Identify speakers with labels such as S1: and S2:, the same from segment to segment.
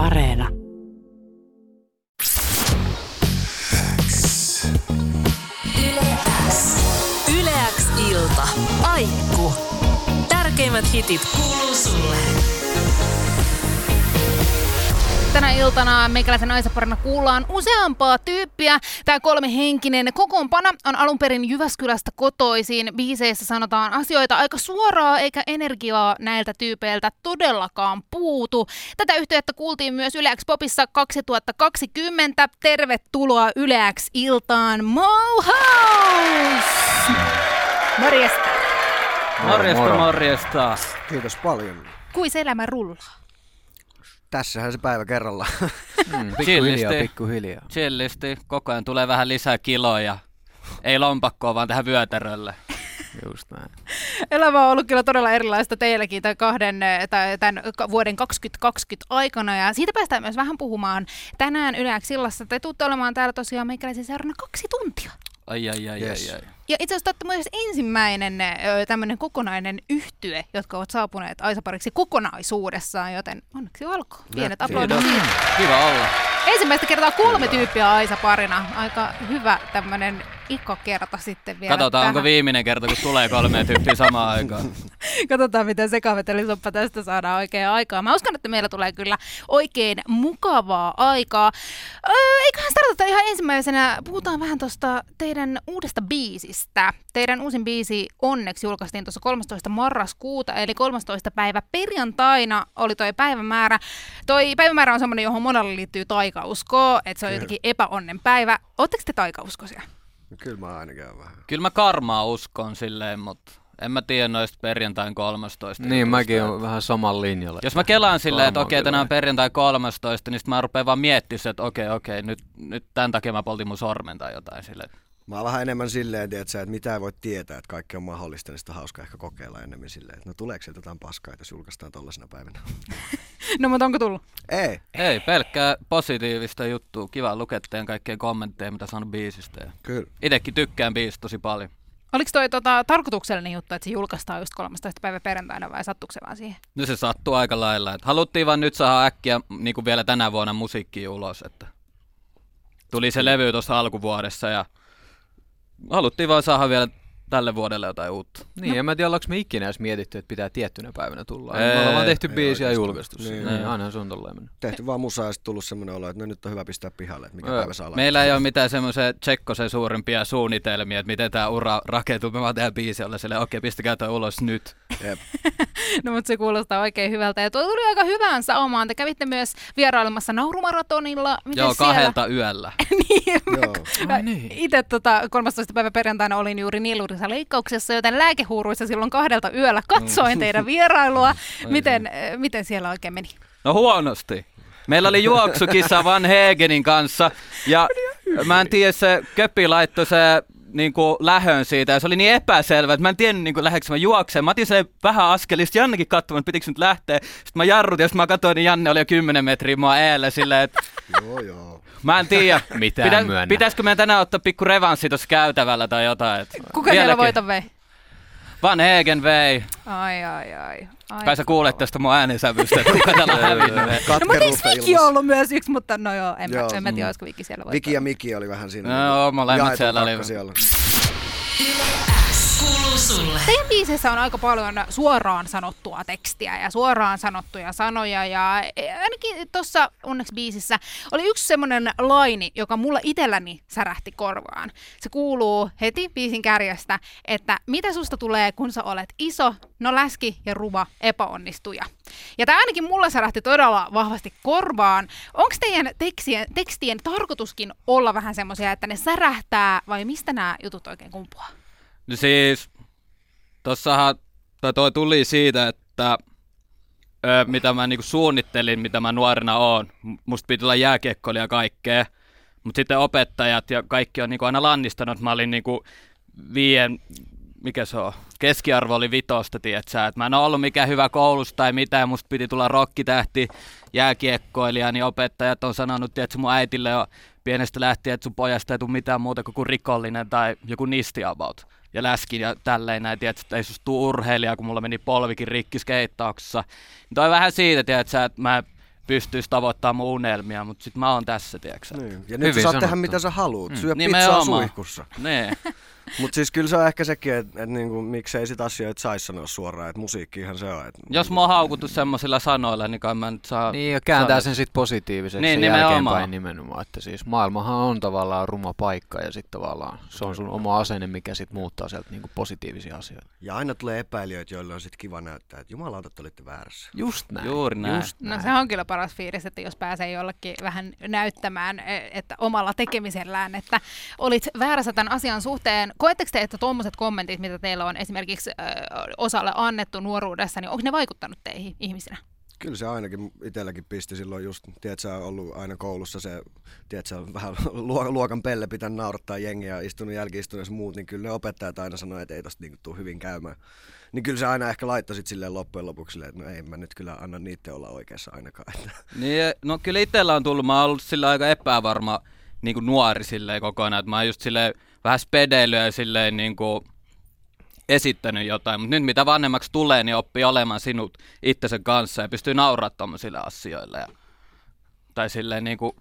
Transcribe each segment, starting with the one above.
S1: Areena.
S2: Yleäks ilta. Aikku. Tärkeimmät hitit kuuluu sulle.
S3: Tänä iltana meikäläisen naisaparina kuullaan useampaa tyyppiä. Tämä kolmihenkinen kokoonpana on alun perin Jyväskylästä kotoisin. Biiseissä sanotaan asioita aika suoraa, eikä energiaa näiltä tyypeiltä todellakaan puutu. Tätä yhteyttä kuultiin myös Yleäks Popissa 2020. Tervetuloa Yleäks iltaan Mauhaus! Morjesta!
S4: Morjesta,
S5: Moro.
S4: morjesta.
S6: Kiitos paljon.
S3: Kuis elämä rullaa?
S6: Tässähän se päivä kerralla.
S4: Mm. Chillisti,
S5: Pikkuhiljaa, pikkuhiljaa.
S4: chillisti. Koko ajan tulee vähän lisää kiloja. Ei lompakkoa, vaan tähän vyötärölle.
S5: Just näin.
S3: Elämä on ollut kyllä todella erilaista teilläkin tämän, kahden, eh, tai tämän ka- vuoden 2020 aikana ja siitä päästään myös vähän puhumaan tänään Yleäksi illassa. Te tuutte olemaan täällä tosiaan meikäläisen seurana kaksi tuntia.
S4: Ai, ai, ai,
S6: Yes.
S4: ai, ai.
S3: Ja itse asiassa te olette myös ensimmäinen eh, tämmöinen kokonainen yhtye, jotka ovat saapuneet Aisapariksi kokonaisuudessaan, joten onneksi olkoon. Pienet aplodit.
S4: Kiitos. Kiva olla.
S3: Ensimmäistä kertaa kolme tyyppiä Aisa-parina. Aika hyvä tämmöinen ikakerta sitten vielä
S4: Katsotaan, onko
S3: tähän.
S4: viimeinen kerta, kun tulee kolme tyyppiä samaan aikaan.
S3: Katsotaan, miten sekavetelisoppa tästä saadaan oikeaa aikaa. Mä uskon, että meillä tulee kyllä oikein mukavaa aikaa. Öö, eiköhän startata ihan ensimmäisenä. Puhutaan vähän tuosta teidän uudesta biisistä. Teidän uusin biisi onneksi julkaistiin tuossa 13. marraskuuta, eli 13. päivä perjantaina oli toi päivämäärä. Toi päivämäärä on semmoinen, johon monella liittyy taikauskoa, että se on jotenkin epäonnen päivä. Oletteko te taikauskoisia?
S6: No Kyllä mä ainakin oon vähän.
S4: Kyllä mä karmaa uskon silleen, mutta en mä tiedä noista perjantain 13.
S5: Niin,
S4: jutuista.
S5: mäkin on vähän saman linjalla.
S4: Jos mä kelaan silleen, että
S5: Varmaan
S4: okei, tänään on
S5: kyllä.
S4: perjantai 13, niin sit mä rupean vaan miettimään, että okei, okei, nyt, nyt tämän takia mä poltin mun sormen tai jotain silleen.
S6: Mä oon vähän enemmän silleen, tiedätkö, että mitä ei voi tietää, että kaikki on mahdollista, niin sitä on hauska ehkä kokeilla enemmän silleen, että no tuleeko sieltä jotain paskaa, jos julkaistaan tollasena päivänä.
S3: No, mutta onko tullut?
S6: ei,
S4: Ei, pelkkää positiivista juttua. Kiva lukea teidän kaikkia kommentteja, mitä saanut biisistä. ja
S6: kyllä.
S4: Itekin tykkään biisistä tosi paljon.
S3: Oliko toi tota, tarkoituksellinen juttu, että se julkaistaan just 13. päivä perjantaina vai sattuuko se vaan siihen?
S4: No se sattuu aika lailla. Et haluttiin vaan nyt saada äkkiä niin kuin vielä tänä vuonna musiikki ulos. Että tuli se levy tuossa alkuvuodessa ja haluttiin vaan saada vielä tälle vuodelle jotain uutta.
S5: Niin, en mä tiedä, ollaanko me ikinä edes mietitty, että pitää tiettynä päivänä tulla.
S4: Ei,
S5: Ei, me ollaan tehty
S6: ei
S5: biisiä ja
S6: oikeastaan.
S5: julkaistu
S6: Niin,
S5: niin,
S4: niin.
S5: niin, aina se on tolleen mennyt.
S6: Tehty vaan musaa ja sit tullut semmonen olo, että no nyt on hyvä pistää pihalle, että mikä
S5: Joo.
S6: päivä saa laittaa.
S4: Meillä ei ole mitään semmoisia tsekkosen suurimpia suunnitelmia, että miten tämä ura rakentuu. Me vaan tehdään biisi olla silleen, okei, pistäkää toi ulos nyt.
S6: Jep.
S3: No mutta se kuulostaa oikein hyvältä. Ja tuo tuli aika hyvään saumaan. Te kävitte myös vierailemassa naurumaratonilla. Miten
S4: Joo,
S3: siellä?
S4: kahdelta yöllä.
S3: niin,
S6: Joo.
S3: mä
S5: Ai niin.
S3: itse tota, 13. päivä perjantaina olin juuri nielurissa leikkauksessa, joten lääkehuuruissa silloin kahdelta
S4: Mm.
S3: yöllä katsoin teidän vierailua.
S4: niin.
S3: miten, äh, miten siellä oikein meni?
S4: No huonosti. Meillä oli juoksukisa Van Hegenin kanssa ja mä en tiedä, se köpi laittoi se niin kuin lähön siitä ja se oli niin epäselvä, että mä en tiennyt niin lähdekö mä juokseen. Mä otin se vähän askelista Jannekin katsomaan, että pitikö nyt lähteä. Sitten mä jarrutin ja sitten mä katsoin, niin Janne oli jo 10 metriä mua eellä silleen, että
S6: joo, joo.
S4: mä en tiedä.
S5: Mitä myönnä.
S4: pitäisikö meidän tänään ottaa pikku revanssi tuossa käytävällä tai jotain. Että
S3: Kuka siellä voiton vei?
S4: Van Hegen vei.
S3: Ai, ai, ai. ai.
S4: Kai sä kuulet tästä mun äänensävystä, että kuka täällä on hävinnyt.
S3: No, mutta eikö
S6: Katkeruutta
S3: Viki
S6: ilmassa.
S3: ollut myös yksi, mutta no joo, en, joo.
S6: Joo.
S3: Mä, en mä tiedä, olisiko Viki siellä voittanut.
S6: Viki ja Miki oli vähän siinä.
S4: No,
S6: niinku
S4: molemmat
S6: jaetun
S4: siellä oli. Mm.
S6: pakka siellä.
S2: Kuuluu sulle.
S3: Teidän biisissä on aika paljon suoraan sanottua tekstiä ja suoraan sanottuja sanoja ja e, ainakin tuossa onneksi biisissä oli yksi semmoinen laini, joka mulla itselläni särähti korvaan. Se kuuluu heti biisin kärjestä, että mitä susta tulee, kun sä olet iso, no läski ja ruma epäonnistuja. Ja tämä ainakin mulla särähti todella vahvasti korvaan. Onko teidän tekstien, tekstien tarkoituskin olla vähän semmoisia, että ne särähtää vai mistä nämä jutut oikein kumpuaa?
S4: No siis, tossahan tai toi tuli siitä, että ö, mitä mä niinku suunnittelin, mitä mä nuorena oon. M- Musta piti olla jääkiekkoilija ja kaikkea. Mutta sitten opettajat ja kaikki on niinku aina lannistanut. Mä olin niinku viien, mikä se on, keskiarvo oli vitosta, tietsä. Et mä en oo ollut mikään hyvä koulussa tai mitään. Musta piti tulla rokkitähti, jääkiekkoilija, niin opettajat on sanonut, että mun äitille on pienestä lähtien, että sun pojasta ei tule mitään muuta kuin rikollinen tai joku nistiavaut. Ja läskin ja tälleen näin, tiedät, että ei susta tuu urheilija, kun mulla meni polvikin rikki skeittauksessa. Niin toi vähän siitä, tiedät, sä, että mä pystyisi tavoittamaan mun unelmia, mutta sit mä oon tässä, tiedätkö
S6: Niin.
S4: niin.
S6: Ja nyt sä saat
S5: sanottu.
S6: tehdä mitä sä haluut. Syö pizzaa
S4: Mm. Nimenomaan.
S6: suihkussa.
S4: Nee.
S6: Mutta siis kyllä se on ehkä sekin, että et niinku, miksei sitä asioita saisi sanoa suoraan, että musiikkihan se on. Et,
S4: Jos mua on haukutu semmoisilla sanoilla, niin kai mä nyt saa...
S5: Niin, ja kääntää
S4: saa-
S5: sen sitten positiiviseksi
S4: Niin,
S5: niin,
S4: nimenomaan.
S5: jälkeenpäin nimenomaan. Että siis maailmahan on tavallaan ruma paikka ja sitten tavallaan se on sun oma asenne, mikä sitten muuttaa sieltä niinku positiivisia asioita.
S6: Ja aina tulee epäilijöitä, joille on sitten kiva näyttää, että jumalauta, te olitte väärässä.
S5: Just näin.
S4: Juuri näin.
S5: Just
S3: No se on kyllä paras fiilis, että jos pääsee jollekin vähän näyttämään, e- että omalla tekemisellään, että olit väärässä tämän asian suhteen. Koetteko te, että tuommoiset kommentit, mitä teillä on esimerkiksi ö, osalle annettu nuoruudessa, niin onko ne vaikuttanut teihin ihmisinä?
S6: Kyllä se ainakin itselläkin pisti silloin just, tiedät sä, on ollut aina koulussa se, tiedät sä, vähän luo- luokan pelle pitää naurattaa jengiä, ja istunut jälkiistuneessa muut, niin kyllä ne opettajat aina sanoo, että ei tosta niinku tuu hyvin käymään. Niin kyllä se aina ehkä laittoi sit silleen loppujen lopuksi silleen, että no ei mä nyt kyllä anna niitä olla oikeassa ainakaan. Että
S4: Niin, no kyllä itsellä on tullut, mä oon ollut sillä aika epävarma niin kuin nuori silleen kokonaan, että mä oon just silleen vähän spedeillyt ja silleen niin kuin esittänyt jotain, mutta nyt mitä vanhemmaksi tulee, niin oppii olemaan sinut itsensä kanssa ja pystyy nauraa tommosille asioille. Ja, tai silleen niin kuin,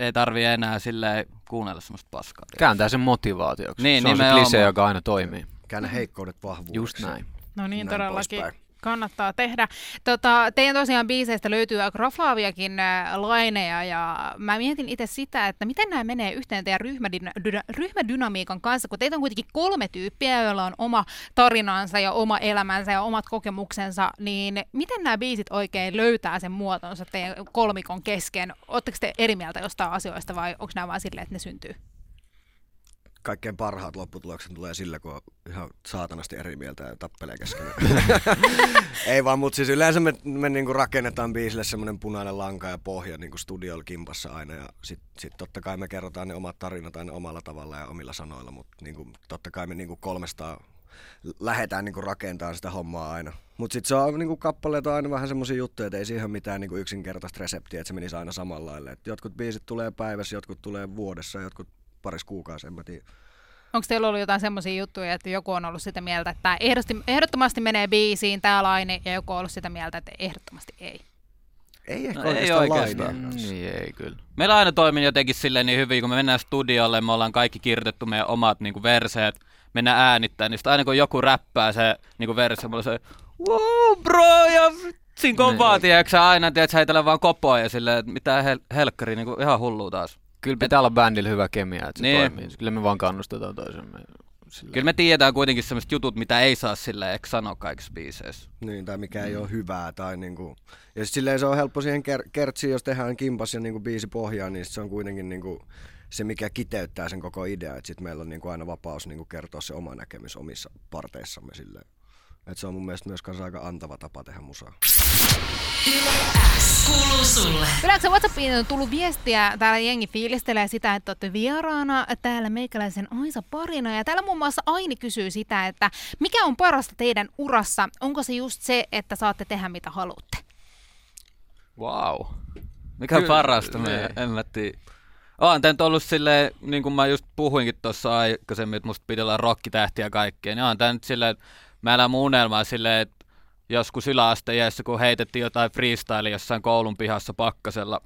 S4: ei tarvii enää silleen kuunnella semmoista paskaa.
S5: Kääntää sen motivaatioksi.
S4: Niin,
S5: se on se
S4: nimenomaan.
S5: klisee, joka aina toimii.
S6: käännä heikkoudet vahvuudeksi.
S5: Just näin.
S3: No niin,
S6: Mm. Näin
S3: todellakin.
S6: poispäin.
S3: Kannattaa tehdä. Tota, teidän tosiaan biiseistä löytyy aika raflaaviakin äh, laineja ja mä mietin itse sitä, että miten nämä menee yhteen teidän ryhmädyna- dyna- ryhmädynamiikan kanssa, kun teitä on kuitenkin kolme tyyppiä, joilla on oma tarinansa ja oma elämänsä ja omat kokemuksensa, niin miten nämä biisit oikein löytää sen muotonsa teidän kolmikon kesken? Oletteko te eri mieltä jostain asioista vai onko nämä vaan silleen, että ne syntyy?
S6: kaikkein parhaat lopputulokset tulee sillä, kun on ihan saatanasti eri mieltä ja tappelee keskenään. Ei vaan, mutta siis yleensä me, me niinku rakennetaan biisille semmoinen punainen lanka ja pohja niinku studiolla kimpassa aina. Ja sitten sit totta kai me kerrotaan ne omat tarinat aina omalla tavalla ja omilla sanoilla, mutta niinku, totta kai me niinku kolmesta lähdetään niinku rakentamaan sitä hommaa aina. Mutta sitten se on niinku kappaleet on aina vähän semmoisia juttuja, että ei siihen ole mitään niinku yksinkertaista reseptiä, että se menisi aina samalla lailla. Et jotkut biisit tulee päivässä, jotkut tulee vuodessa, jotkut parissa kuukaudessa, en mä tiedä.
S3: Onko teillä ollut jotain semmoisia juttuja, että joku on ollut sitä mieltä, että tämä ehdosti- ehdottomasti menee biisiin tämä laine, ja joku on ollut sitä mieltä, että ehdottomasti ei?
S6: Ei ehkä
S4: No ei
S6: oikeastaan,
S4: oikeastaan.
S6: lainia.
S5: Niin, ei kyllä.
S4: Meillä aina toimii jotenkin silleen niin hyvin, kun me mennään studiolle, me ollaan kaikki kirjoitettu meidän omat niin kuin verseet, mennään äänittämään, niin sitten aina kun joku räppää se niin kuin verse, mulla on se wow, bro, ja vitsin kovaa, tiedätkö sä aina, tiedätkö sä heitellä vaan kopoa ja silleen, että mitä hel- helkkari, niin kuin ihan hullu taas.
S5: Kyllä pitää olla bändillä hyvä kemia, että se
S4: Niin.
S5: toimii. Kyllä me vaan kannustetaan toisemme. Sillä...
S4: Kyllä me tiedetään kuitenkin sellaiset jutut, mitä ei saa silleen, eikö sano kaikissa biiseissä.
S6: Niin, tai mikä ei ole hyvää. Tai niinku. Ja sit silleen se on helppo siihen ker- kertsiin, jos tehdään kimpas ja niinku biisi pohjaan, niin sit se on kuitenkin niinku se, mikä kiteyttää sen koko idea. Et sit meillä on niinku aina vapaus niinku kertoa se oma näkemys omissa parteissamme. Silleen. Et se on mun mielestä myös kans aika antava tapa tehdä musaa.
S2: Kuuluu sulle.
S3: Yleensä WhatsAppiin on tullut viestiä, täällä jengi fiilistelee sitä, että olette vieraana täällä meikäläisen Aisa parina. Ja täällä muun muassa Aini kysyy sitä, että mikä on parasta teidän urassa? Onko se just se, että saatte tehdä mitä haluatte?
S5: Wow.
S4: Mikä Kyllä,
S5: Kyllä,
S4: parasta, me,
S5: niin.
S4: en mä tiedä. Oon tän nyt ollut silleen, niin kuin mä just puhuinkin tuossa aikaisemmin, että musta piti olla rokkitähtiä ja kaikkea, niin on tää nyt silleen, että mä elän mun unelmaa silleen, että joskus yläasteiässä, kun heitettiin jotain freestyle jossain koulun pihassa pakkasella,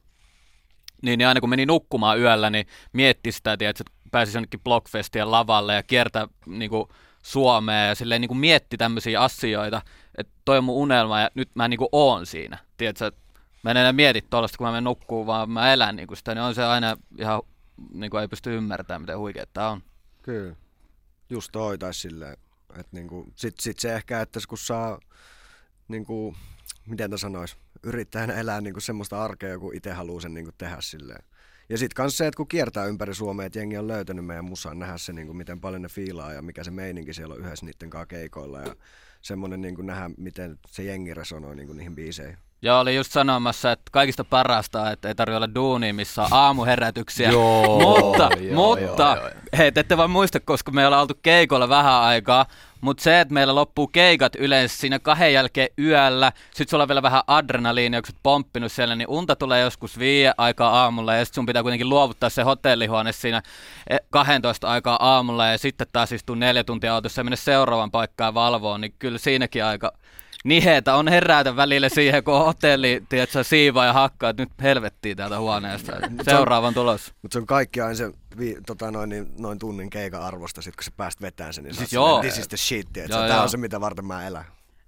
S4: niin, niin aina kun meni nukkumaan yöllä, niin mietti sitä, tiedätkö, että pääsisi jonnekin Blockfestien lavalle ja kiertää niin kuin, Suomea ja silleen niin kuin mietti tämmöisiä asioita, että toi on mun unelma ja nyt mä niin kuin oon siinä, tiedätkö, että mä en enää mieti tuollaista, kun mä menen nukkuun, vaan mä elän niin kuin sitä, niin on se aina ihan, niin kuin ei pysty ymmärtämään, miten huikea tää on.
S6: Kyllä. Just toi tai silleen. Et niinku, sit, sit se ehkä, että kun saa, niinku, miten tää sanois, yrittäjänä elää niinku semmoista arkea, kun itse haluaa sen niinku tehdä silleen. Ja sit kans se, että kun kiertää ympäri Suomea, että jengi on löytänyt meidän musan, nähdä se, niinku, miten paljon ne fiilaa ja mikä se meininki siellä on yhdessä niiden kanssa keikoilla. Ja semmonen niinku, nähdä, miten se jengi resonoi niinku, niihin biiseihin.
S4: Ja oli just sanomassa, että kaikista parasta, on, että ei tarvitse olla duunia, missä on aamuherätyksiä.
S5: Joo,
S4: mutta,
S5: joo,
S4: mutta,
S5: joo, joo.
S4: hei, te ette vaan muista, koska me ollaan oltu keikolla vähän aikaa, mutta se, että meillä loppuu keikat yleensä siinä kahden jälkeen yöllä, sit sulla on vielä vähän adrenaliinia, kun sä oot pomppinut siellä, niin unta tulee joskus viiden aikaa aamulla, ja sit sun pitää kuitenkin luovuttaa se hotellihuone siinä eh, 12 aikaa aamulla, ja sitten taas istuu neljä tuntia autossa ja mennä seuraavaan paikkaan valvoon, niin kyllä siinäkin aika nihetä on herätä välillä siihen, kun on hotelli, tiedätkö, siivaa ja hakkaa, että nyt helvettiin täältä huoneesta. Seuraavan tulos.
S6: Mutta se on kaikki aina se vi, tota noin, niin, noin tunnin keikan arvosta, sit kun sä pääst vetään sen, niin
S4: Siis
S6: siis
S4: joo.
S6: joo. this is the shit, tiedätkö?
S4: Joo,
S6: Tää
S4: joo.
S6: on se, mitä varten mä elän.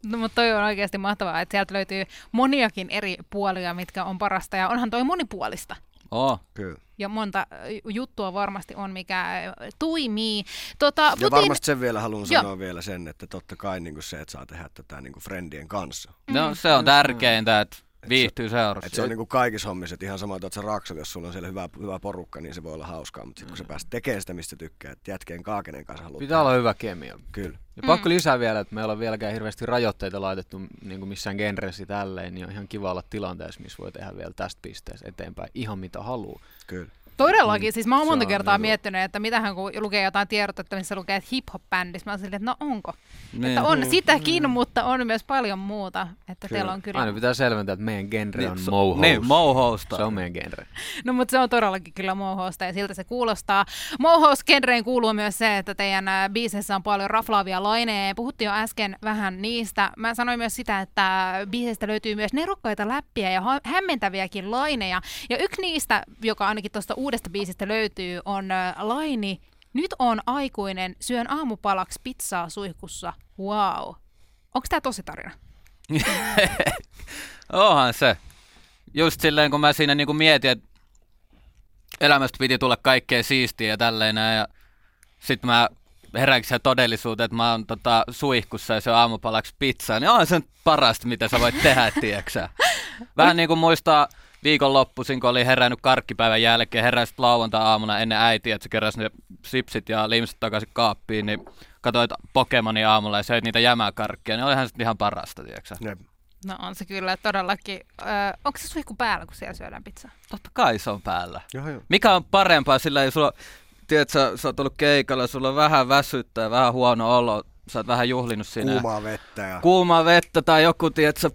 S3: No, mutta toi on oikeasti mahtavaa, että sieltä löytyy moniakin eri puolia, mitkä on parasta. Ja onhan toi monipuolista.
S4: Oo.
S6: Kyllä.
S3: Ja monta äh, juttua varmasti on, mikä äh, toimii. Tota,
S6: Ja
S3: Putin-
S6: varmasti sen vielä haluan
S3: Joo.
S6: sanoa vielä sen, että totta kai niin se, että saa tehdä tätä niin friendien kanssa.
S4: No se on tärkeintä, että viihtyy
S6: Et se
S4: seurassa.
S6: on niinku kaikissa hommissa, että ihan sama, että oot sä raksalla, jos sulla on siellä hyvä, hyvä porukka, niin se voi olla hauskaa, mutta sitten kun sä
S4: Mm.
S6: pääset tekemään sitä, mistä tykkää, että jätkeen kaakenen kanssa haluat.
S5: Pitää olla hyvä kemia.
S6: Kyllä.
S5: Ja
S3: Mm.
S5: pakko lisää vielä, että meillä on vieläkään hirveästi rajoitteita laitettu niin kuin missään genresi tälleen, niin on ihan kiva olla tilanteessa, missä voi tehdä vielä tästä pisteestä eteenpäin ihan mitä haluaa.
S6: Kyllä.
S3: Todellakin, siis mä oon
S5: se
S3: monta
S5: on
S3: kertaa
S5: niinku-
S3: miettinyt, että mitähän kun lukee jotain tiedotetta, missä lukee, että hip-hop-bändissä, mä oon silleen, että no onko.
S4: Niin.
S3: Että on sitäkin, mutta on myös paljon muuta, että kyllä. teillä on kyllä.
S5: Aina pitää selventää, että meidän genre on
S4: se-
S5: mohous.
S4: niin, mouhousta.
S5: Se on meidän genre.
S3: No mutta se on todellakin kyllä mouhousta ja siltä se kuulostaa. Mouhousgenreen kuuluu myös se, että teidän ä, biiseissä on paljon raflaavia laineja. Puhuttiin jo äsken vähän niistä. Mä sanoin myös sitä, että biiseistä löytyy myös nerokkaita läppiä ja ha- hämmentäviäkin laineja. Ja yksi niistä, joka ainakin tuosta uudesta biisistä löytyy, on ä, laini Nyt on aikuinen, syön aamupalaksi pizzaa suihkussa. Wow. Onko tämä tosi tarina?
S4: Onhan se. Just silleen, kun mä siinä niinku mietin, että elämästä piti tulla kaikkea siistiä ja tälleen näin. Ja sit mä heräänkin siihen todellisuuteen, että mä oon tota suihkussa ja se on aamupalaksi pizzaa. Niin onhan se nyt parasta, mitä sä voit tehdä, tiedäksä. Vähän niin kuin muistaa viikonloppuisin, kun oli herännyt karkkipäivän jälkeen, heräsit lauantai-aamuna ennen äitiä, että se keräsi ne sipsit ja liimsit takaisin kaappiin, niin katsoit Pokemonia aamulla ja söit niitä jämäkarkkia, niin olihan se nyt ihan parasta, tiedäksä.
S6: Ne,
S3: No on se kyllä todellakin. Ö, onko se suihku päällä, kun siellä syödään pizzaa?
S4: Totta kai se on päällä.
S6: joo, joo.
S4: Mikä on parempaa sillä, jos sulla, tiedät, sä, sä oot ollut keikalla, sulla on vähän väsyttä ja vähän huono olo, sä oot vähän juhlinut siinä.
S6: Kuumaa vettä ja...
S4: Kuumaa vettä tai joku, tiedät, sä,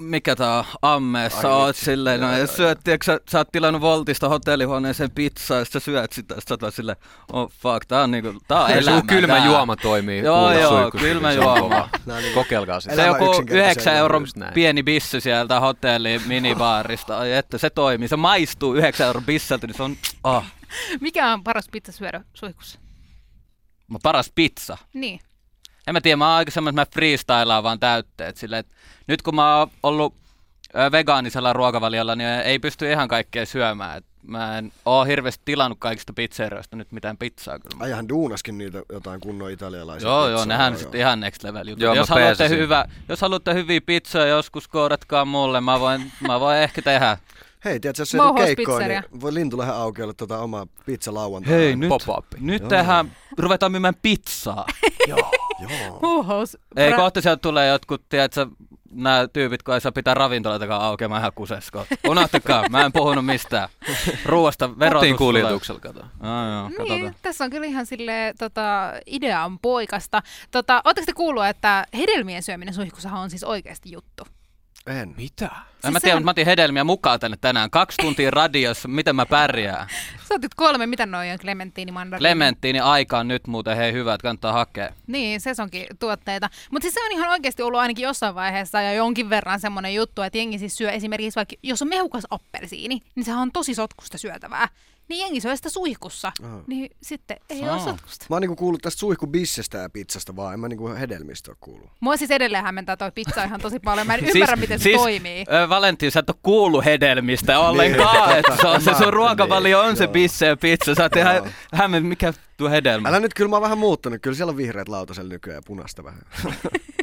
S4: mikä tää on, ammeessa
S6: Ai
S4: oot
S6: vitsi.
S4: silleen, no,
S6: Joo,
S4: ja
S6: joo,
S4: syöt, tiedät, sä, sä oot tilannut Voltista hotellihuoneeseen pizzaa, ja sit sä syöt sitä, sit sä oot vaan silleen, oh fuck, tää on niinku, tää on
S5: Kyllä se
S4: elämä.
S5: kun kylmä
S4: tää.
S5: juoma toimii.
S4: Joo,
S5: kuulla
S4: joo,
S5: suihkussa,
S4: kylmä
S5: niin se on
S4: juoma. niinku
S5: kova. Kokeilkaa sitä.
S4: Se
S6: Elämä
S4: joku
S6: yksinkertaisella
S4: 9 euron
S5: just näin.
S4: pieni bissy sieltä hotelli minibaarista, ai että se toimii, se maistuu 9 euron bisseltä, niin se on, ah.
S3: Mikä on paras pizza syödä suihkussa?
S4: Mä paras pizza.
S3: Niin.
S4: En mä tiedä, mä oon aika semmoinen, että mä freestylaan vaan täytteet. Silleen, että nyt kun mä oon ollut ö, vegaanisella ruokavaliolla, niin ei pysty ihan kaikkea syömään. Et mä en oo hirveästi tilannut kaikista pizzerioista nyt mitään pizzaa kyllä.
S6: Ajahan duunaskin niitä jotain kunnon italialaisia
S4: Joo, joo,
S6: pizzaa,
S4: nehän sitten ihan next level juttu.
S5: Joo, mä
S4: Jos haluatte,
S5: peesasin.
S4: hyvä, jos haluatte hyviä pizzoja, joskus koodatkaa mulle, mä voin, mä voin ehkä tehdä.
S6: Hei, tiedätkö, jos ei tule keikkoon,
S3: Mouhouspizzeria.
S6: niin voi Lintulähden auki olla tota omaa pizza lauantaina.
S4: Hei, nyt,
S5: Pop-up.
S4: nyt tehdään, ruvetaan myymään pizzaa.
S6: Joo.
S3: Huuhous.
S4: Ei, kohta sieltä tulee jotkut, tiedätkö, nämä tyypit, kun ei saa pitää ravintolatakaan auki, ja mä ihan kusesko. Unohtakaa, mä en puhunut mistään. Ruoasta, verotus.
S5: Kotiin kuljetuksella kato.
S4: Ah, joo,
S3: Niin,
S4: katsotaan.
S3: tässä on kyllä ihan sille tota, idean poikasta. Tota, Oletteko te kuullut, että hedelmien syöminen suihkussahan on siis oikeasti juttu?
S6: En.
S5: Mitä?
S3: siis
S4: En mä tiedä, mutta mä otin hedelmiä mukaan tänne tänään. Kaksi tuntia radiossa, miten mä pärjään.
S3: Sä otit kolme, mitä noi on, clementiini, mandariini?
S4: Clementtiini aika on nyt muuten, hei hyvä, että kannattaa hakea.
S3: Niin, sesonkin tuotteita. Mutta siis se on ihan oikeasti ollut ainakin jossain vaiheessa ja jonkin verran semmoinen juttu, että jengi siis syö esimerkiksi vaikka, jos on mehukas appelsiini, niin sehän on tosi sotkusta syötävää. Niin jengi syö sitä suihkussa,
S6: Aha.
S3: niin sitten ei
S4: Saa.
S3: ole sotkusta.
S6: Mä oon niinku kuullut tästä suihkubissestä ja pizzasta vaan, en mä niinku hedelmistä oo kuullut.
S3: Mua siis edelleen hämmentää toi pizza ihan tosi paljon. Mä en
S4: Siis
S3: ymmärrä, miten se toimii.
S4: Ö, Valentin, sä et ole kuullut hedelmistä ollenkaan.
S6: totta,
S4: että se, on, se sun
S6: tämä-
S4: ruokavalio on se
S6: Niin. joo.
S4: pisse ja pizza. Sä oot ihan
S6: Joo.
S4: hämmen, mikä tuo hedelmä.
S6: Mm. Älä nyt, kyllä mä oon vähän muuttunut, kyllä siellä on vihreät lautasella nykyään ja punaista vähän.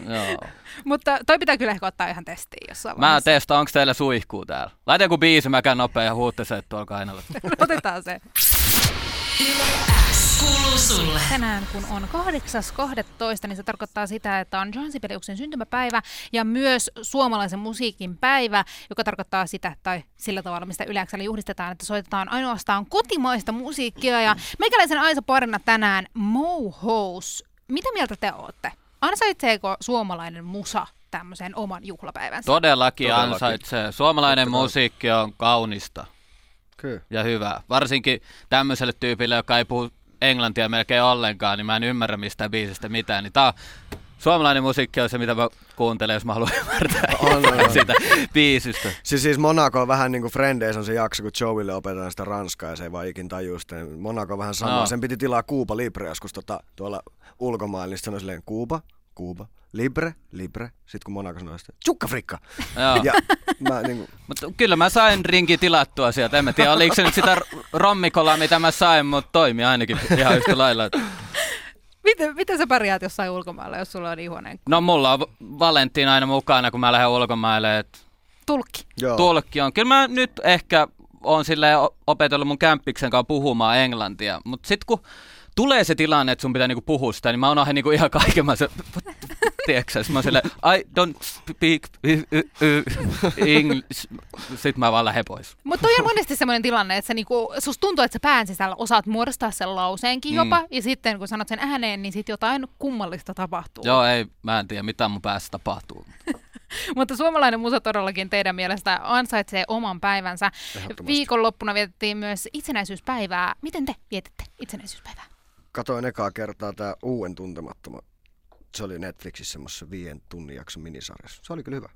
S4: Joo.
S3: Mutta toi pitää kyllä ehkä ottaa ihan testiin jossain
S4: Mä
S3: vaiheessa.
S4: testaan, onko teillä suihkuu täällä. Laita joku biisi, mä käyn nopea ja huutte se, että tuolla kainalla.
S3: Otetaan se.
S2: Kuuluu sulle.
S3: Tänään kun on 8.12, niin se tarkoittaa sitä, että on Johansi Peliuksen syntymäpäivä ja myös suomalaisen musiikin päivä, joka tarkoittaa sitä, tai sillä tavalla, mistä yleensä juhlistetaan, että soitetaan ainoastaan kotimaista musiikkia. Ja meikäläisen Aisa parina tänään Mohous. Mitä mieltä te ootte? Ansaitseeko suomalainen musa tämmöisen oman juhlapäivänsä?
S4: Todellakin
S5: Todellakin.
S4: ansaitsee. Suomalainen musiikki on kaunista
S6: Kyllä.
S4: ja hyvää. Varsinkin tämmöiselle tyypille, joka ei puhu englantia melkein ollenkaan, niin mä en ymmärrä mistä biisistä mitään. Niin tää on Suomalainen musiikki on se, mitä mä kuuntelen, jos mä haluan ymmärtää
S6: On, on, on.
S4: sitä biisistä.
S6: Siis, siis Monaco on vähän niin kuin Frendeissä on se jakso, kun Joeylle opetetaan sitä ranskaa ja se ei vaan ikin tajuu sitä. niin Monaco on vähän sama.
S4: Joo.
S6: Sen piti tilaa Kuupa Libre joskus tota, tuolla ulkomailla, niin sit sanoi silleen Kuupa, Kuupa, Libre, Libre. Sitten kun Monaco sanoi sitä, Tjukka frikka.
S4: Joo.
S6: Ja mä niinku,
S4: Mutta kyllä mä sain rinki tilattua sieltä. En mä tiedä, oliko se nyt sitä r- rommikolaa, mitä mä sain, mutta toimi ainakin ihan yhtä lailla.
S3: Miten, miten sä pärjäät jossain ulkomailla, jos sulla on niin huoneen
S4: No mulla on Valentin aina mukana, kun mä lähden ulkomaille. Et
S3: tulkki?
S6: joo.
S4: tulkki on. Kyllä mä nyt ehkä on silleen o- opetellut mun kämppiksen kanssa puhumaan englantia. Mutta sitten kun tulee se tilanne, että sun pitää niinku puhua sitä, niin mä unohdin niinku ihan kaiken. Mä se, tiedätkö, sä? Sit mä oon silleen, I don't speak y- y- y- English. Sitten mä vaan lähden pois.
S3: Mutta toi on monesti semmoinen tilanne, että sä niinku, sus tuntuu, että sä pään sisällä osaat muodostaa sen lauseenkin
S4: Mm.
S3: jopa, ja sitten kun sanot sen ääneen, niin sit jotain kummallista tapahtuu.
S4: Joo, ei, mä en tiedä, mitä mun päässä tapahtuu.
S3: Mutta suomalainen musa todellakin teidän mielestä ansaitsee oman päivänsä. Viikonloppuna vietettiin myös itsenäisyyspäivää. Miten te vietitte itsenäisyyspäivää?
S6: Katoin ekaa kertaa tää uuden tuntemattoman. Se oli Netflixissä semmoisessa viien tunnin jakson minisarjassa. Se oli kyllä hyvä.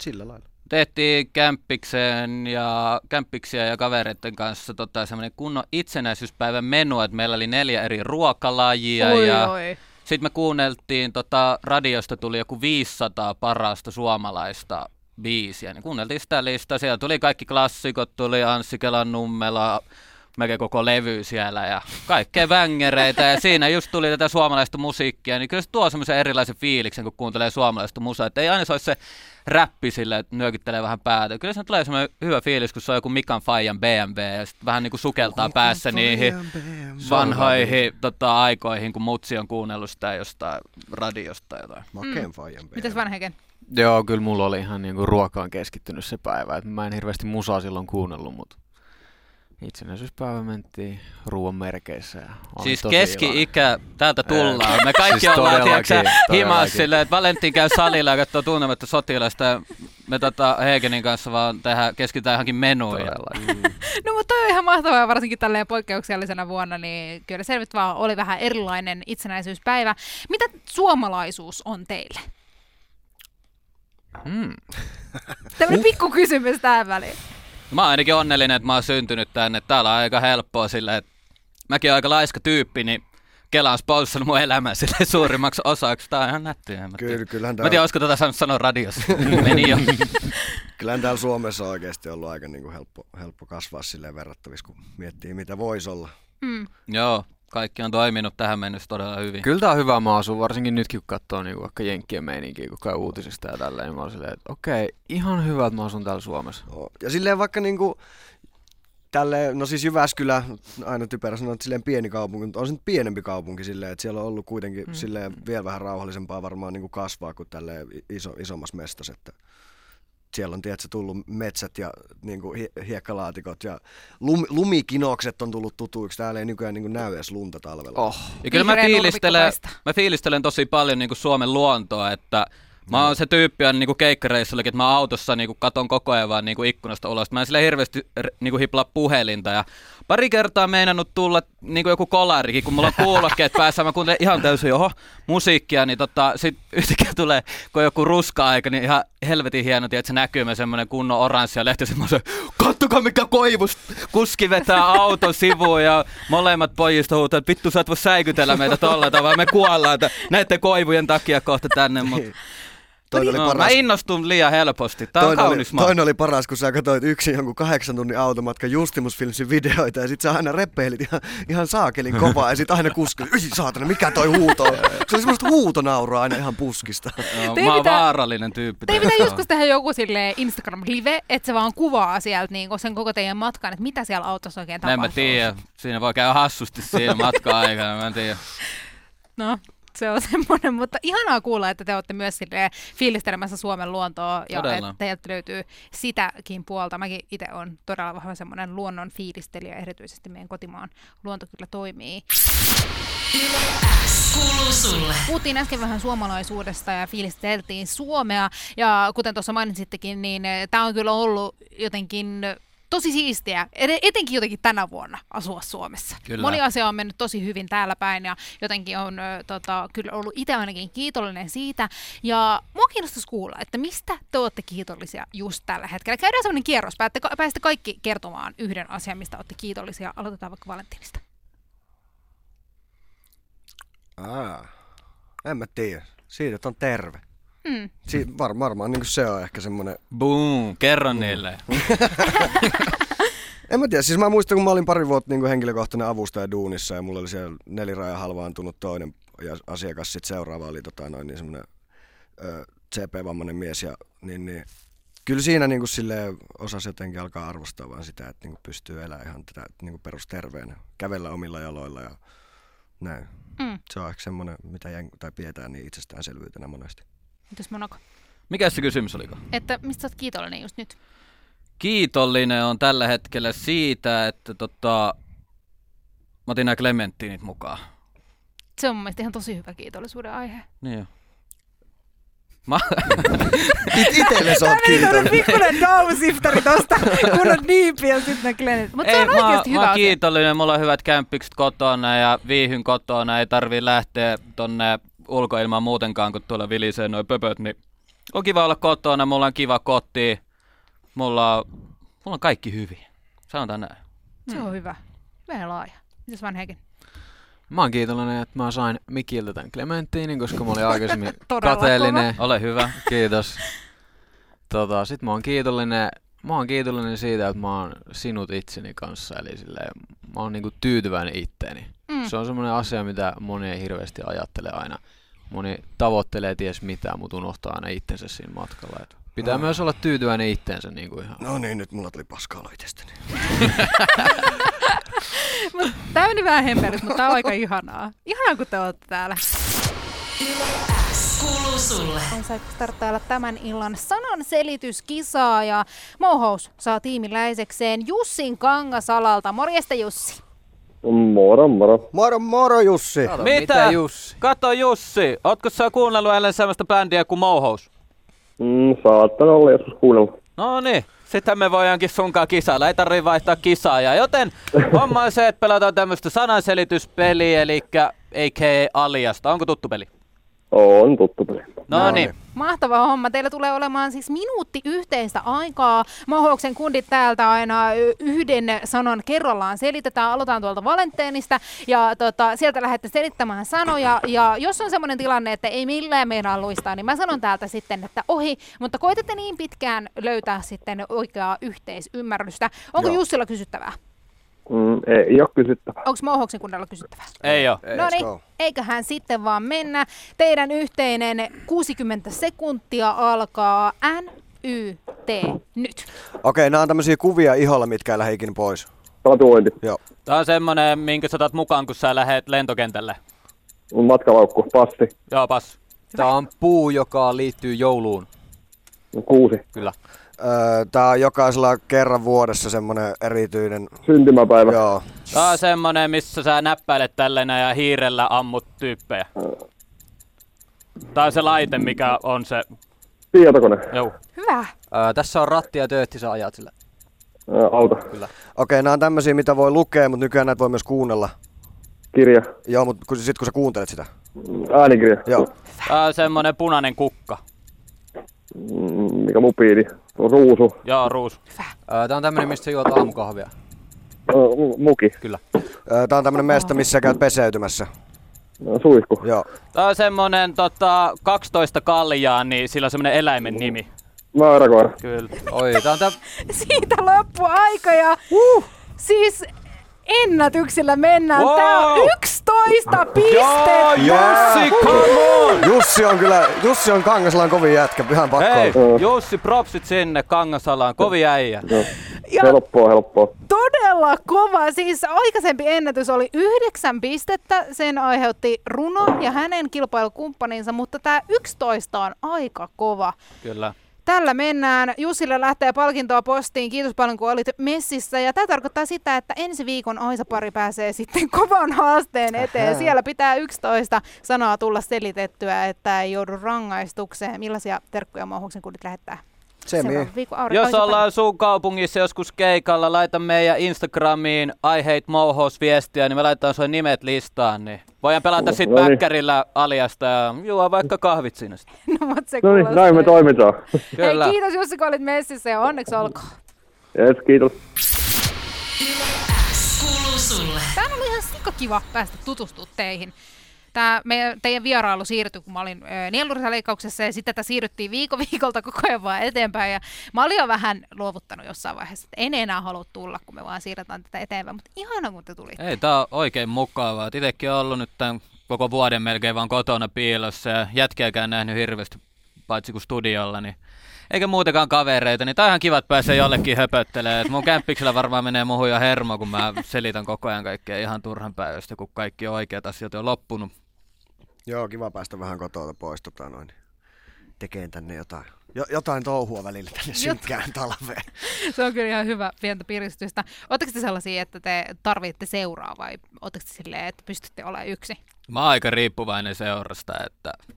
S6: Sillä lailla.
S4: Tehtiin kämppikseen ja, kämppiksiä ja kavereiden kanssa tota, semmoinen kunnon itsenäisyyspäivän menu, että meillä oli neljä eri ruokalajia ja
S3: oi.
S4: sitten me kuunneltiin, tota, radiosta tuli joku 500 parasta suomalaista biisiä, niin kuunneltiin sitä listaa, siellä tuli kaikki klassikot, tuli Anssi Kelan Nummela, melkein koko levy siellä ja kaikkea vängereitä ja siinä just tuli tätä suomalaista musiikkia, niin kyllä se tuo semmoisen erilaisen fiiliksen, kun kuuntelee suomalaista musaa, että ei aina se ole se räppi sillä, että nyökyttelee vähän päätä. Kyllä se tulee semmoinen hyvä fiilis, kun se on joku Mikan Fajan BMW ja sitten vähän niin kuin sukeltaa päässä niihin vanhoihin tota, aikoihin, kun mutsi on kuunnellut sitä jostain radiosta tai jotain.
S6: Makeen faijan PM.
S3: Mitäs vanheken?
S5: Joo, kyllä mulla oli ihan niinku ruokaan keskittynyt se päivä. Et mä en hirveästi musaa silloin kuunnellut, mutta itsenäisyyspäivä mentiin ruoan merkeissä. Ja olin
S4: Siis
S5: tosi iloinen.
S4: keski-ikä, täältä tullaan. Me kaikki
S5: Siis
S4: siis ollaan,
S5: todellakin,
S4: tiedätkö, himas
S5: todellakin.
S4: silleen, että Valentin käy salilla ja katsoo tunnematta sotilasta. Ja me tota Hegenin kanssa vaan tehdään, keskitytään johonkin menuun. Ja
S5: Todellakin.
S3: No mutta toi on ihan mahtavaa, varsinkin tälleen poikkeuksellisena vuonna, niin kyllä se nyt vaan oli vähän erilainen itsenäisyyspäivä. Mitä suomalaisuus on teille?
S5: Mm.
S3: Tämmöinen pikku kysymys tähän väliin.
S4: mä oon ainakin onnellinen, että mä oon syntynyt tänne. Täällä on aika helppoa silleen, että mäkin oon aika laiska tyyppi, niin Kela on sponssannut mun elämää sille suurimmaksi osaksi. Tää on ihan nättiä. en Mä
S6: Kyllä,
S4: tiedä. Mä en
S6: kyllähän
S4: tiedä,
S6: täällä,
S4: olisiko tätä saanut sanoa radiossa. Meni jo.
S6: kyllähän täällä Suomessa on oikeasti ollut aika niin kuin helppo, helppo kasvaa silleen verrattavissa, kun miettii mitä voisi olla.
S3: Mm.
S4: Joo, kaikki on toiminut tähän mennessä todella hyvin.
S5: Kyllä tää on hyvä maasu, varsinkin nytkin kun katsoo niinku vaikka Jenkkien meininkiä, kun käy uutisista ja tälleen, niin mä oon silleen, että okei, ihan hyvä, että mä asun täällä Suomessa.
S6: Joo. No, Ja silleen vaikka niinku, tälle, no siis Jyväskylä, aina typerä sanoa, että silleen pieni kaupunki, mutta on se nyt pienempi kaupunki silleen, että siellä on ollut kuitenkin mm. silleen vielä vähän rauhallisempaa varmaan niinku kasvaa kuin tälle iso, isommassa mestassa, että siellä on tietysti tullut metsät ja niinku hie- hiekkalaatikot ja lum, lumikinokset on tullut tutuiksi. Täällä ei nykyään niinku näy edes lunta talvella.
S5: Oh,
S4: Ja kyllä mä
S3: Vihreä nurmikko
S4: fiilistelen,
S3: paistaa.
S4: mä fiilistelen tosi paljon niin Suomen luontoa, että mä oon se tyyppi aina niin keikkareissullakin, että mä autossa niin katon koko ajan vaan niin ikkunasta ulos. Mä en sille hirveästi niin hiplaa puhelinta ja pari kertaa meinannut tulla niin joku kolarikin, kun mulla on kuulokkeet päässä, mä kuuntelen ihan täysin joho musiikkia, niin tota, sit yhtäkkiä tulee, kun on joku ruska-aika, niin ihan helvetin hieno, että se näkymä semmoinen kunnon oranssi ja lehti semmoisen, kattokaa mikä koivus, kuski vetää auton sivuun ja molemmat pojista huutaa, että vittu sä et voi säikytellä meitä tolla tavalla, me kuollaan että näiden koivujen takia kohta tänne, mutta
S6: Toi Niin. oli
S4: no,
S6: paras.
S4: mä innostun liian helposti, tää on
S6: Toinen oli,
S4: kaunis maa.
S6: toinen oli paras, kun sä katsoit yksin jonkun kahdeksan tunnin automatka Justimusfilmsin videoita ja sit sä aina repeilit ihan, ihan saakelin kovaa ja sit aina kuski, ysi saatana, mikä toi huuto on? Se oli semmoista huutonauraa aina ihan puskista.
S4: Joo,
S3: Teidän
S4: Mä oon
S3: pitää-
S4: vaarallinen tyyppi.
S3: Teidän pitää
S4: tässä.
S3: joskus tehdä joku sille Instagram-live, että se vaan kuvaa sieltä niin sen koko teidän matkan, että mitä siellä autossa oikein
S4: En
S3: tapahtuu.
S4: mä tiedä, siinä voi käydä hassusti siinä matka-aikana, mä en tiedä.
S3: No, se on semmoinen, mutta ihanaa kuulla, että te olette myös silleen fiilistelemässä Suomen luontoa ja
S4: Todella.
S3: että teiltä löytyy sitäkin puolta. Mäkin itse olen todella vahva semmoinen luonnon fiilistelijä, erityisesti meidän kotimaan luonto kyllä toimii.
S2: Kuuluu sulle.
S3: Puhuttiin äsken vähän suomalaisuudesta ja eh, fiilisteltiin Suomea. Ja kuten tuossa mainitsittekin, niin tämä on kyllä ollut jotenkin tosi siistiä, ed- etenkin jotenkin tänä vuonna asua Suomessa.
S4: Kyllä.
S3: Moni asia on mennyt tosi hyvin täällä päin ja jotenkin on ö, tota, kyllä ollut itse ainakin kiitollinen siitä. Ja mua kiinnostaisi kuulla, että mistä te olette kiitollisia just tällä hetkellä. Käydään sellainen kierros, päätte, pääsette kaikki kertomaan yhden asian, mistä olette kiitollisia. Aloitetaan vaikka Valentinista.
S6: Aa, en mä tiedä. Siitä, että on terve.
S3: Mm.
S6: Si- var- varmaan niin se on ehkä semmoinen...
S4: Boom, kerro niille.
S6: En mä tiedä, siis mä muistan, kun mä olin pari vuotta niin henkilökohtainen avustaja duunissa ja mulla oli siellä neliraja halvaantunut toinen ja asiakas sitten seuraava oli tota noin niin semmoinen ö, CP-vammainen mies ja niin, niin kyllä siinä niin sille osasi jotenkin alkaa arvostaa vaan sitä, että niin pystyy elämään ihan tätä niin perusterveenä, kävellä omilla jaloilla ja näin.
S3: Mm.
S6: Se on ehkä semmoinen, mitä jeng- tai pidetään niin itsestäänselvyytenä monesti.
S3: Mitäs Monaco?
S4: Mikä se kysymys oliko?
S3: Että mistä sä oot kiitollinen just nyt?
S4: Kiitollinen on tällä hetkellä siitä, että tota, mä otin nämä Clementinit mukaan.
S3: Se on mun mielestä ihan tosi hyvä kiitollisuuden aihe.
S4: Niin jo. Mä,
S6: Itelle sä oot kiitollinen.
S2: Pikkuinen downsifteri tosta, kun on diipi ja sitten ne klenet.
S3: Mutta se on
S4: mä,
S3: oikeasti
S4: mä
S3: hyvä
S4: oon
S3: asia.
S4: kiitollinen, mulla on hyvät kämppikset kotona ja viihyn kotona, ei tarvii lähteä tonne ulkoilmaan muutenkaan, kun tuolla vilisee noi pöpöt, niin on kiva olla kotona, mulla on kiva koti, mulla on, mulla on kaikki hyvin, sanotaan näin.
S3: Se on hyvä. Vähän laaja. Mitäs vanheekin?
S5: Mä oon kiitollinen, että mä sain Mikiltä tämän Clementinin, koska mä olin aikaisemmin
S3: Todella
S5: kateellinen.
S4: Ole hyvä.
S5: Kiitos. Tota, sit mä oon kiitollinen, mä oon kiitollinen siitä, että mä oon sinut itseni kanssa, eli silleen, mä oon niinku tyytyväinen itteeni.
S3: Mm.
S5: Mm. Se on semmoinen asia, mitä moni ei hirveästi ajattele aina. Moni tavoittelee ties mitä, mutta unohtaa aina itsensä siinä matkalla. Et pitää
S6: Mm.
S5: myös olla tyytyväinen itteensä niinku ihan.
S6: No niin, nyt mulla tuli paskaa olla itsestäni.
S3: Tämä meni vähän hemperys, mutta tämä on aika ihanaa. Ihanaa, kun te olette täällä.
S2: Kuuluu sulle.
S3: On saanut starttailla tämän illan sanan selityskisaa ja Mohous saa tiimiläisekseen Jussin Kangasalalta. Morjesta Jussi.
S1: Moro, moro.
S6: Moro moro Jussi!
S4: Mitä? mitä, Jussi? Kato Jussi, ootko sä kuunnellut eilen sellaista bändiä kuin Mouhous?
S1: Mm, saattaa olla joskus kuunnella.
S4: No niin, sitä me voidaankin sunkaan kisailla, ei tarvii vaihtaa kisaa. Ja joten homma on se, että pelataan tämmöistä sananselityspeliä, eli a.k.a. aliasta. Onko tuttu peli?
S1: On tuttu peli.
S4: No niin.
S3: Mahtava homma. Teillä tulee olemaan siis minuutti yhteistä aikaa. Mohouksen kundit täältä aina y- yhden sanan kerrallaan selitetään. Aloitetaan tuolta Valenteenista ja tota, sieltä lähdette selittämään sanoja. Ja jos on sellainen tilanne, että ei millään meinaa luistaa, niin mä sanon täältä sitten, että ohi. Mutta koitatte niin pitkään löytää sitten oikeaa yhteisymmärrystä. Onko
S6: Joo.
S3: Jussilla kysyttävää?
S1: Mm, ei ole kysyttävää.
S3: Onko Mohouksen kunnalla kysyttävää?
S4: Ei oo.
S6: Ei,
S3: No
S6: let's
S3: niin,
S6: go.
S3: eiköhän sitten vaan mennä. Teidän yhteinen 60 sekuntia alkaa NYT nyt.
S6: Okei, nämä on tämmöisiä kuvia iholla, mitkä ei lähde ikinä pois.
S1: Tatuointi.
S6: Joo.
S4: Tää on semmonen, minkä sä otat mukaan, kun sä lähet lentokentälle.
S1: Matkalaukku. Passi.
S4: Joo, pas.
S5: Tää on puu, joka liittyy jouluun.
S1: Kuusi.
S5: Kyllä.
S6: Öö, tää on jokaisella kerran vuodessa semmonen erityinen...
S1: Syntymäpäivä.
S6: Joo.
S4: Tää on semmonen, missä sä näppäilet tällainen ja hiirellä ammut tyyppejä. Tää on se laite, mikä on se...
S1: Tietokone.
S4: Joo.
S3: Hyvä.
S5: Öö, tässä on ratti ja töötti, sä ajat sillä.
S1: Ää, Auto.
S6: Okei, nämä on tämmöisiä, mitä voi lukea, mutta nykyään näitä voi myös kuunnella.
S1: Kirja.
S6: Joo, mutta kun, sit kun sä kuuntelet sitä.
S1: Äänikirja.
S6: Joo.
S4: Tää on semmonen punainen kukka.
S1: Mm, mikä mobiili. Ruusu.
S4: Joo, ruus.
S5: Öö, tää on tämmönen, mistä sä juot aamukahvia.
S1: Ää, mu- Muki.
S6: Öö, tää on tämmönen mesta, missä sä käyt peseytymässä.
S1: Ää, Suihku.
S6: Joo.
S4: Tää on semmonen tota, 12 kaljaa, niin sillä on semmonen eläimen nimi.
S1: Määräkoira.
S4: Kyllä.
S5: Oi, tää on tää...
S3: Siitä loppu aika ja uh. siis ennätyksillä mennään. Wow. Tää on
S4: Wow.
S3: 11 pistettä.
S6: Jussi,
S4: come on!
S6: Jussi on kyllä, Jussi on Kangaslan kovin jätkä, ihan pakko
S4: Hei,
S6: olla.
S4: Jussi, propsit sinne Kangasalaan, kovi äijä.
S3: Ja
S1: Helppoa, helppoa.
S3: todella kova. Siis aikaisempi ennätys oli yhdeksän pistettä. Sen aiheutti runo ja hänen kilpailukumppaninsa, mutta tää 11 on aika kova.
S4: Kyllä.
S3: Tällä mennään. Jussille lähtee palkintoa postiin. Kiitos paljon, kun olit messissä. Ja tämä tarkoittaa sitä, että ensi viikon Aisa-pari pääsee sitten kovan haasteen eteen. Siellä pitää 11 sanaa tulla selitettyä, että ei joudu rangaistukseen. Millaisia terkkuja Mauhuksen kudit lähettää?
S6: Semi.
S3: Seuraavan viikon aurinko
S4: Jos
S3: on
S4: ollaan sun kaupungissa joskus keikalla, laita meidän Instagramiin I hate Mohos viestiä, niin me laitetaan sun nimet listaan, niin voidaan pelata sit
S1: No niin.
S4: päkkärillä aliasta ja juo vaikka kahvit sinne. sit.
S3: paljon- No, mut se
S1: No niin, näin
S3: kuulostaa-
S1: me toimitaan.
S4: Kyllä.
S3: Hei, kiitos Jussi, kun olit messissä ja onneksi olkoon.
S1: Jes, kiitos.
S7: Kuuluu sulle.
S3: Tämä on ollut ihan sikakiva päästä tutustua teihin. Tämä meidän, teidän vierailu siirtyi, kun mä olin ö, nielurisaleikkauksessa ja sitten tätä siirryttiin viikko viikolta koko ajan vaan eteenpäin. Ja mä olin jo vähän luovuttanut jossain vaiheessa, että en enää halua tulla, kun me vaan siirretään tätä eteenpäin. Mutta ihana, kun te tulitte.
S4: Ei, tää on oikein mukavaa. Itekin on ollut nyt tämän koko vuoden melkein vaan kotona piilossa ja jätkiäkään nähnyt hirveästi, paitsi kuin studiolla, niin eikä muutenkaan kavereita, niin tää on ihan kiva, että pääsee jollekin höpöttelemään. Et mun kämppiksellä varmaan menee muhu ja hermo, kun mä selitän koko ajan kaikkea ihan turhan päivästä, kun kaikki oikeat asiat on loppunut.
S6: Joo, kiva päästä vähän kotoa pois tota noin. Tekeen tänne jotain. Jo, jotain touhua välillä tänne synkkään talveen.
S3: Se on kyllä ihan hyvä pientä piristystä. Oletteko te sellaisia, että te tarvitte seuraa vai oletteko te silleen, että pystytte olemaan yksi?
S4: Mä oon aika riippuvainen seurasta, että mä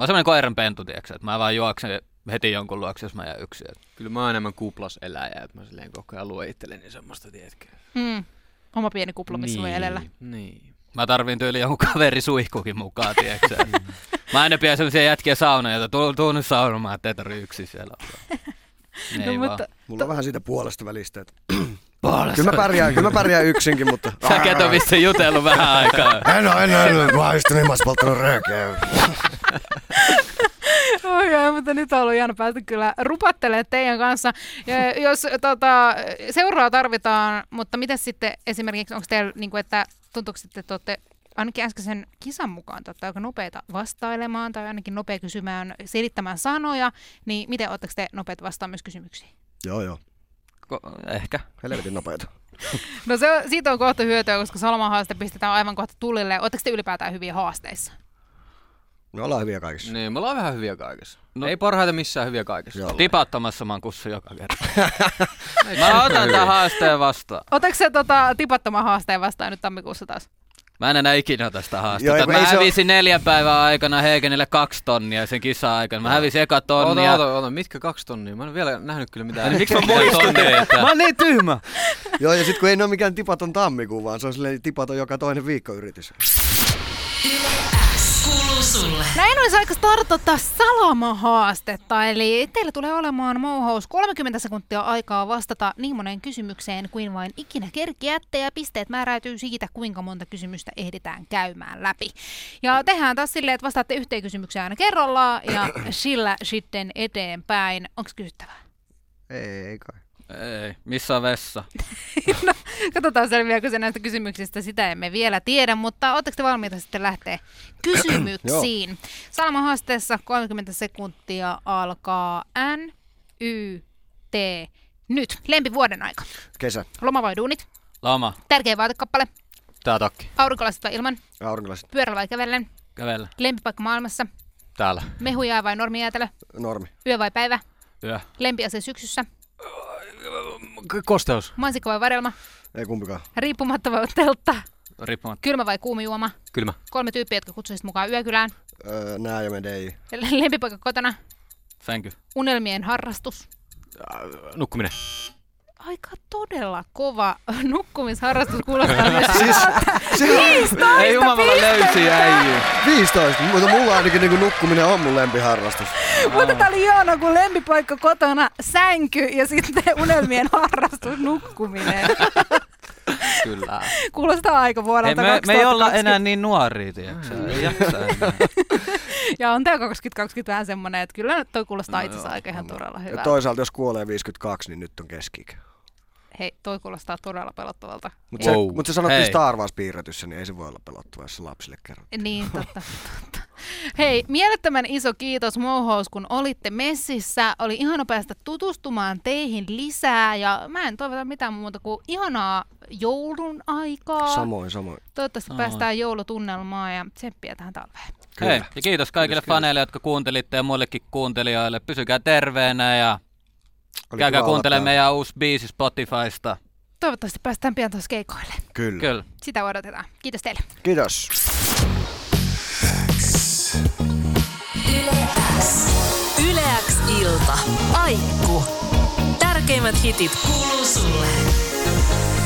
S4: oon semmonen koiranpentu, tiiäksä, että mä vaan juoksen heti jonkun luokse, jos mä jään yksin. Et
S5: Kyllä mä oon enemmän kuplas eläjä, että mä silleen koko ajan luen itselleni semmoista, tiedätkö?
S3: Mm. Oma pieni kupla, missä niin. voi elellä.
S5: Niin.
S4: Mä tarvin tyyli jonkun kaveri suihkukin mukaan, tiiäksä. mä aina pidän semmosia jätkiä saunoja, että tuu, tuu nyt saunomaan, ettei tarvi yksin siellä olla. Ei
S3: No,
S4: no,
S3: mutta
S4: mutta...
S6: Mulla on vähän siitä puolesta välistä. Että...
S4: Puolesta.
S6: Kyllä mä pärjään, kyllä mä pärjään yksinkin, mutta...
S4: Säkät on vissiin jutellut vähän aikaa.
S6: En oo, en oo, en oo. Mä oon istunut ilmassa polttanut röökeä.
S3: Oi, oi, mutta nyt on ollut ihana päästä kyllä rupattelemaan teidän kanssa. Ja jos tota, seuraa tarvitaan, mutta miten sitten esimerkiksi, onko teillä, niin kuin, että tuntuuko sitten, että olette ainakin äskeisen kisan mukaan, te olette aika nopeita vastailemaan tai ainakin nopea kysymään, selittämään sanoja, niin miten oletteko te nopeita vastaamaan myös kysymyksiin?
S6: Joo, joo.
S4: Ko- Ehkä.
S6: Helvetin nopeita.
S3: No se, on- siitä on kohta hyötyä, koska Salman haaste pistetään aivan kohta tulille. Oletteko te ylipäätään hyviä haasteissa?
S6: Me ollaan hyviä kaikissa.
S5: Niin, me ollaan vähän hyviä kaikessa. No. Ei parhaita missään hyviä kaikessa.
S6: Joo.
S4: Tipattamassa mä oon kussu joka kerta. mä otan tämän haasteen vastaan.
S3: Otatko se tota, tipattoman haasteen vastaan nyt tammikuussa taas?
S4: Mä en enää ikinä ota sitä
S6: Joo,
S4: haastetta.
S6: ei,
S4: Joo,
S6: kun
S4: mä
S6: ei se oo-
S4: hävisin neljän päivän aikana Heikenille kaksi tonnia sen kisa-aikana. Mä hävisin eka
S5: Ota,
S4: tonnia.
S5: ota, ota, mitkä kaksi tonnia? Mä en vielä nähnyt kyllä mitään.
S4: Niin Miksi mä muistin teitä?
S5: oon niin tyhmä!
S6: Joo, ja sit kun ei ne oo mikään tipaton tammikuu, vaan se on silleen tipaton joka toinen viikko yritys.
S7: Kuuluu sulle.
S3: Näin olisi aika startata Salama-haastetta, eli teillä tulee olemaan mouhous 30 sekuntia aikaa vastata niin moneen kysymykseen kuin vain ikinä kerkiätte, ja pisteet määräytyy siitä, kuinka monta kysymystä ehditään käymään läpi. Ja tehdään taas silleen, että vastaatte yhteen kysymykseen aina kerrallaan, ja sillä sitten eteenpäin. Onko kysyttävää?
S6: Ei, ei kai.
S4: Ei, missä on vessa?
S3: No, katsotaan selviääkö se näistä kysymyksistä, sitä emme vielä tiedä, mutta oletteko te valmiita sitten lähteä kysymyksiin? Salman haasteessa 30 sekuntia alkaa N, Y, T, nyt. Lempi vuoden aika.
S6: Kesä.
S3: Loma vai duunit?
S4: Lama,
S3: Tärkeä vaatekappale.
S5: Tää takki.
S3: Aurinkolasit vai ilman?
S6: Aurinkolaiset.
S3: Pyörällä vai kävellen?
S4: kävellä,
S3: Lempipaikka maailmassa?
S5: Täällä.
S3: Mehujää vai normijäätelö?
S6: Normi.
S3: Yö vai päivä?
S4: yö,
S3: Lempiase syksyssä?
S5: K- Kosteus.
S3: Mansikka vai varelma?
S6: Ei kumpikaan.
S3: Riippumatta vai teltta?
S4: riippumatta.
S3: Kylmä vai kuumi juoma?
S5: Kylmä.
S3: Kolme tyyppiä, jotka kutsuisit mukaan yökylään?
S6: Öö, nää ja me ei.
S3: Lempipaikka kotona?
S4: Sänky.
S3: unelmien harrastus.
S5: Nukkuminen.
S3: Aika todella kova nukkumisharrastus kuulostaa myös
S6: Siis, se on
S4: Ei jumala löysi äijy.
S6: 15, mutta mulla ainakin niinku nukkuminen on mun lempiharrastus.
S3: Mutta tää oli ihana, kun lempipaikka kotona, sänky ja sitten unelmien harrastus, nukkuminen.
S5: Kyllä.
S3: Kuulostaa aika
S4: Ei,
S3: vuodelta
S4: me, me ei olla
S3: 2020.
S4: enää niin nuoria, tiiäksä. Ei jaksa enää.
S3: Ja on tää 2020 vähän semmonen, että kyllä toi kuulostaa
S4: No
S3: itse asiassa aika ihan todella
S6: Ja
S3: hyvältä.
S6: toisaalta jos kuolee 52, niin nyt on keski
S3: Hei, toi kuulostaa todella pelottavalta.
S6: Mutta se,
S5: Wow.
S6: mut se sanottiin
S4: Hei.
S6: Star Wars piirretyssä, niin ei se voi olla pelottavaa, jos se lapsille kerrot.
S3: Niin, totta. totta. Hei, mielettömän iso kiitos Mouhous, kun olitte messissä. Oli ihana päästä tutustumaan teihin lisää ja mä en toivota mitään muuta kuin ihanaa joulun aikaa.
S6: Samoin, samoin.
S3: Toivottavasti
S4: Samoin.
S3: päästään joulutunnelmaan ja tsemppiä tähän talveen.
S4: Hei, ja kiitos kaikille faneille, jotka kuuntelitte ja muillekin kuuntelijoille. Pysykää terveenä ja
S6: Oli
S4: käykää
S6: kiva olla
S4: kuuntelemaan
S6: täällä.
S4: meidän uusi biisi Spotifysta.
S3: Toivottavasti päästään pian taas keikoille.
S6: Kyllä. Kyllä.
S4: Kyllä.
S3: Sitä odotetaan. Kiitos teille.
S6: Kiitos.
S7: Yleäks ilta.
S2: ilta. Aikku. Tärkeimmät hitit kuuluu sulle.